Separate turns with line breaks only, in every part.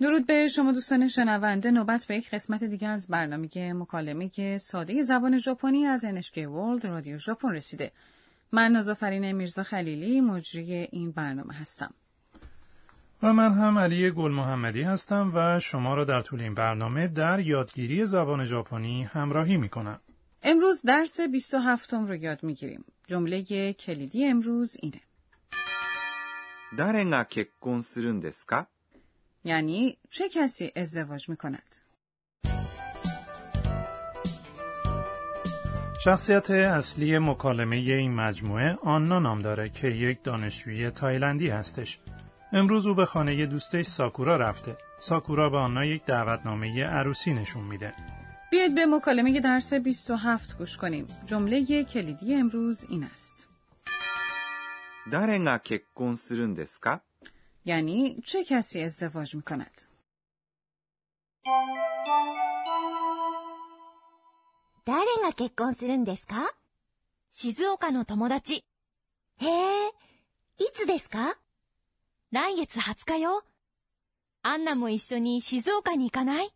درود به شما دوستان شنونده نوبت به یک قسمت دیگه از برنامه مکالمه که ساده زبان ژاپنی از NHK World رادیو ژاپن رسیده. من نازافرین میرزا خلیلی مجری این برنامه هستم.
و من هم علی گل محمدی هستم و شما را در طول این برنامه در یادگیری زبان ژاپنی همراهی می کنم.
امروز درس 27 رو یاد می گیریم. جمله کلیدی امروز اینه.
誰が結婚するんですか
یعنی چه کسی ازدواج می کند؟
شخصیت اصلی مکالمه این مجموعه آننا نام داره که یک دانشجوی تایلندی هستش. امروز او به خانه دوستش ساکورا رفته. ساکورا به آنها یک دعوتنامه عروسی نشون میده.
بیاید به مکالمه درس 27 گوش کنیم. جمله کلیدی امروز این است.
誰が結婚するんですか
یعنی چه کسی ازدواج می کند؟
誰が結婚するんですか静岡の友達。へえ、いつですか来月20日よ。アンナも一緒に静岡に行かない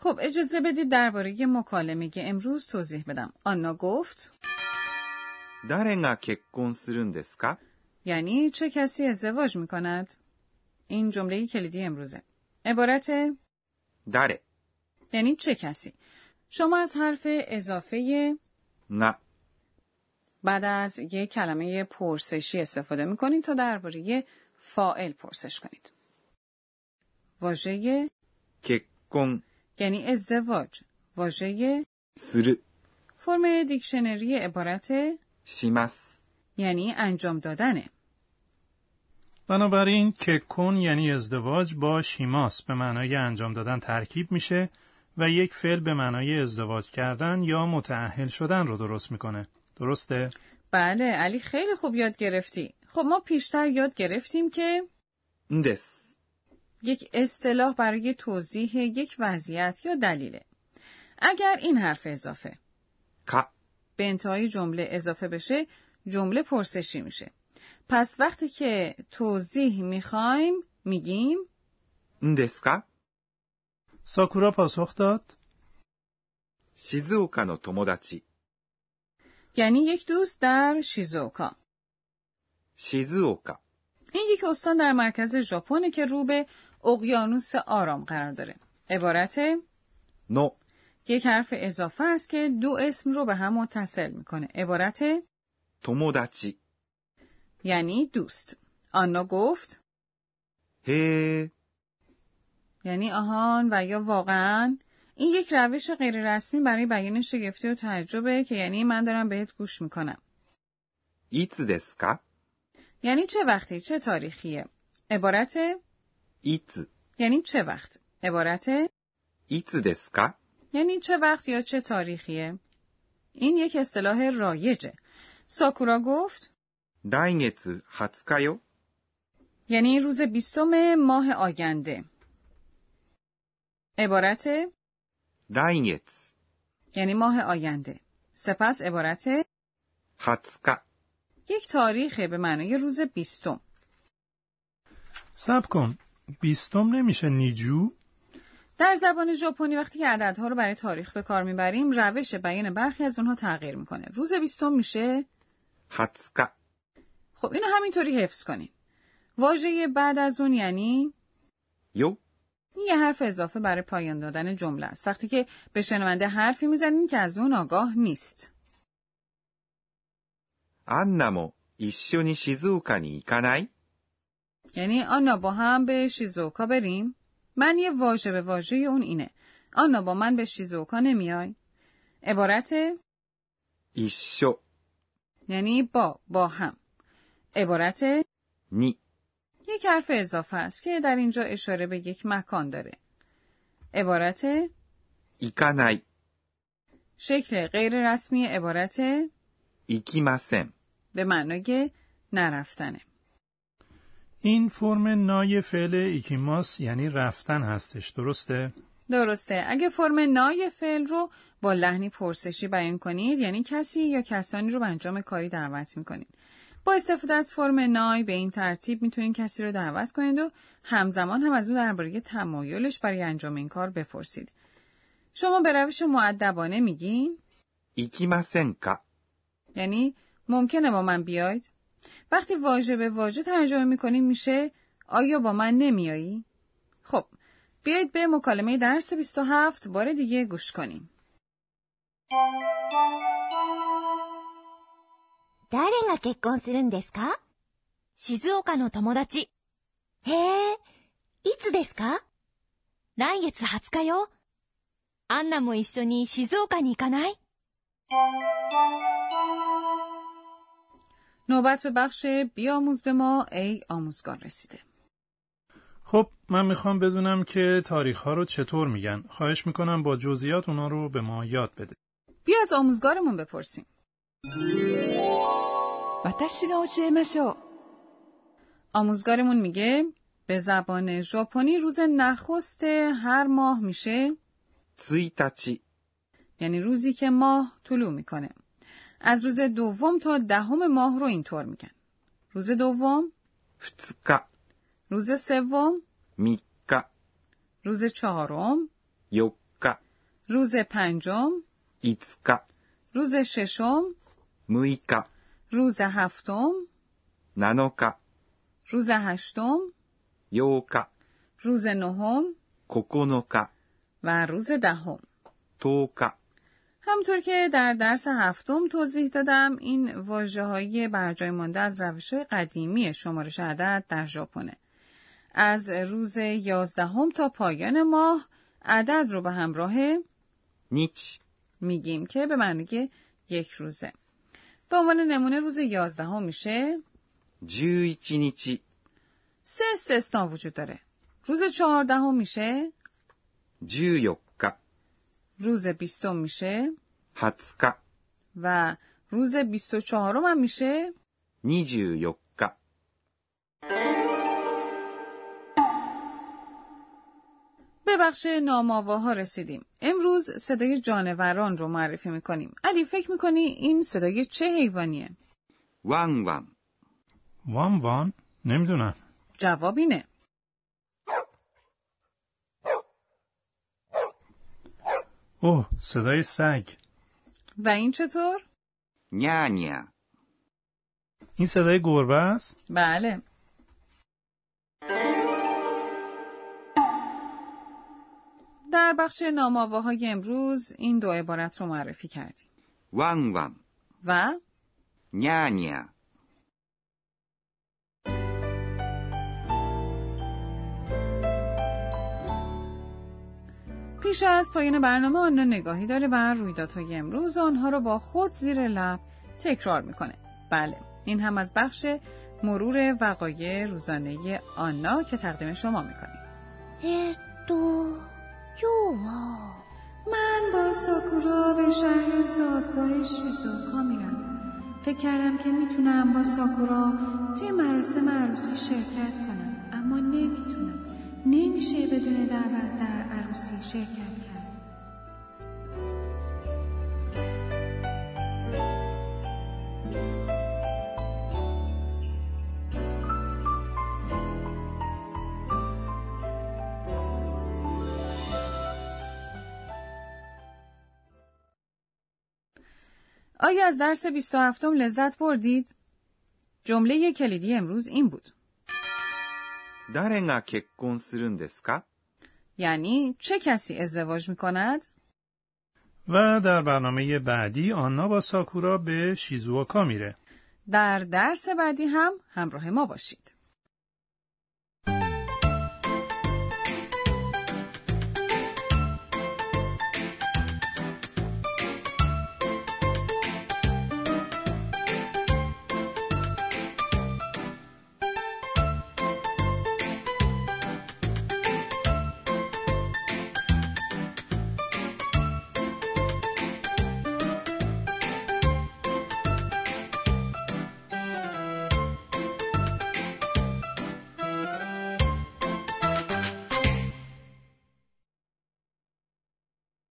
خب اجازه بدید درباره مکالمه امروز توضیح بدم. آنا گفت
誰が結婚するんですか
یعنی چه کسی ازدواج می کند؟ این جمله کلیدی امروزه. عبارت
誰
یعنی چه کسی؟ شما از حرف اضافه
が
بعد از یک کلمه پرسشی استفاده می کنید تا درباره فائل پرسش کنید. واژه
結婚
یعنی ازدواج، واژه
する
فرم دیکشنری عبارت
します
یعنی انجام دادنه.
بنابراین ککون یعنی ازدواج با شیماس به معنای انجام دادن ترکیب میشه و یک فعل به معنای ازدواج کردن یا متعهل شدن رو درست میکنه. درسته؟
بله علی خیلی خوب یاد گرفتی. خب ما پیشتر یاد گرفتیم که
んです。
یک اصطلاح برای توضیح یک وضعیت یا دلیله. اگر این حرف اضافه
か
به انتهای جمله اضافه بشه جمله پرسشی میشه. پس وقتی که توضیح میخوایم میگیم
んですか
ساکورا پاسخ داد
静岡の友達。
یعنی یک دوست در شیزوکا.
静岡
این یک استان در مرکز ژاپن که رو به اقیانوس آرام قرار داره. عبارت
の
یک حرف اضافه است که دو اسم رو به هم متصل میکنه. عبارت
友達。
یعنی دوست. آنا گفت
へえ、
یعنی آهان و یا واقعا این یک روش غیررسمی برای بیان شگفتی و تعجبه که یعنی من دارم بهت گوش میکنم.
いつですか
یعنی چه وقتی چه تاریخیه؟ عبارت
いつ、
یعنی چه وقت؟ عبارت
いつですか
یعنی چه وقت یا چه تاریخیه؟ این یک اصطلاح رایجه. ساکورا گفت
来月20日よ。
یعنی روز بیستم ماه آینده. عبارت
来月
یعنی ماه آینده. سپس عبارت
20日。
یک تاریخه به معنای روز بیستم.
سب کن بیستم نمیشه نیجو
در زبان ژاپنی وقتی که عددها رو برای تاریخ به کار میبریم روش بیان برخی از اونها تغییر میکنه. روز بیستم میشه
20日。
خب اینو همینطوری حفظ کنین. واژه بعد از اون یعنی
よ。
این یه حرف اضافه برای پایان دادن جمله است وقتی که به شنونده حرفی میزنین که از اون آگاه نیست
アンナも一緒に静岡に行かない
یعنی آنا با هم به شیزوکا بریم من یه واژه به واژه اون اینه آنا با من به شیزوکا نمیای عبارت
一緒
یعنی با با هم عبارت
に
یک حرف اضافه است که در اینجا اشاره به یک مکان داره عبارت
行かない。
شکل غیر رسمی عبارت
行きません。
به معنای نرفتنه
این فرم نای فعل ایکیماس یعنی رفتن هستش درسته؟
درسته اگه فرم نای فعل رو با لحنی پرسشی بیان کنید یعنی کسی یا کسانی رو به انجام کاری دعوت میکنید با استفاده از فرم نای به این ترتیب میتونین کسی رو دعوت کنید و همزمان هم از او درباره تمایلش برای انجام این کار بپرسید. شما به روش معدبانه میگین
行きませんか
یعنی ممکنه با من بیاید؟ وقتی واژه به واژه ترجمه میکنیم میشه آیا با من نمیایی؟ خب بیایید به مکالمه درس 27 بار دیگه گوش کنیم.
誰が結婚するんですか静岡の友達。へえ、いつですか来月20日よ。アンナも一緒に静岡に行かない
نوبت به بخش بیاموز به ما ای آموزگار رسیده.
خب من میخوام بدونم که تاریخ ها رو چطور میگن خواهش میکنم با جزئیات اونا رو به ما یاد بده
بیا از آموزگارمون بپرسیم.
私が教えましょう
آموزگارمون میگه به زبان ژاپنی روز نخست هر ماه میشه
1日
یعنی روزی که ماه طلوع میکنه از روز دوم تا دهم ماه رو اینطور میگن روز دوم
2日
روز سوم
3日
روز چهارم
4日
روز پنجم
5日
روز ششم
6日
روز هفتم
7日
روز هشتم
8日
روز نهم
9日
و روز دهم
10日
همطور که در درس هفتم توضیح دادم این واجه های برجای مانده از روش های قدیمی شمارش عدد در ژاپنه. از روز یازدهم تا پایان ماه عدد رو به همراه
日
میگیم که به معنی یک روزه. به عنوان نمونه روز یازدهم میشه
11日
سه استثنا وجود داره. روز چهاردهم میشه
14日
روز بیستم میشه
20日
و روز بیست و چهارم هم میشه
24日
به بخش نامآواها رسیدیم. امروز صدای جانوران رو معرفی میکنیم. علی فکر میکنی این صدای چه حیوانیه؟
ワンワン
وان وان نمیدونم
جواب اینه.
اوه صدای سگ
و این چطور؟
ニャーニャー
این صدای گربه است
بله. در بخش نامآواهای امروز این دو عبارت رو معرفی کردیم
ワンワン
و
ニャーニャー
پیش از پایان برنامه آنا نگاهی داره بر رویدادهای امروز و آنها رو با خود زیر لب تکرار میکنه بله این هم از بخش مرور وقایع روزانه آنا که تقدیم شما میکنیم
えーっと、今日は、
من با ساکورا به شهر زادگاه شیزوکا میرم فکر کردم که میتونم با ساکورا توی مراسم عروسی شرکت کنم اما نمیتونم نمیشه بدون دعوت در عروسی شرکت کرد آیا از درس 27 لذت بردید؟ جمله کلیدی امروز این بود.
誰が結婚するんですか
یعنی چه کسی ازدواج می کند؟
و در برنامه بعدی آنا با ساکورا به شیزوکا میره
در درس بعدی هم همراه ما باشید.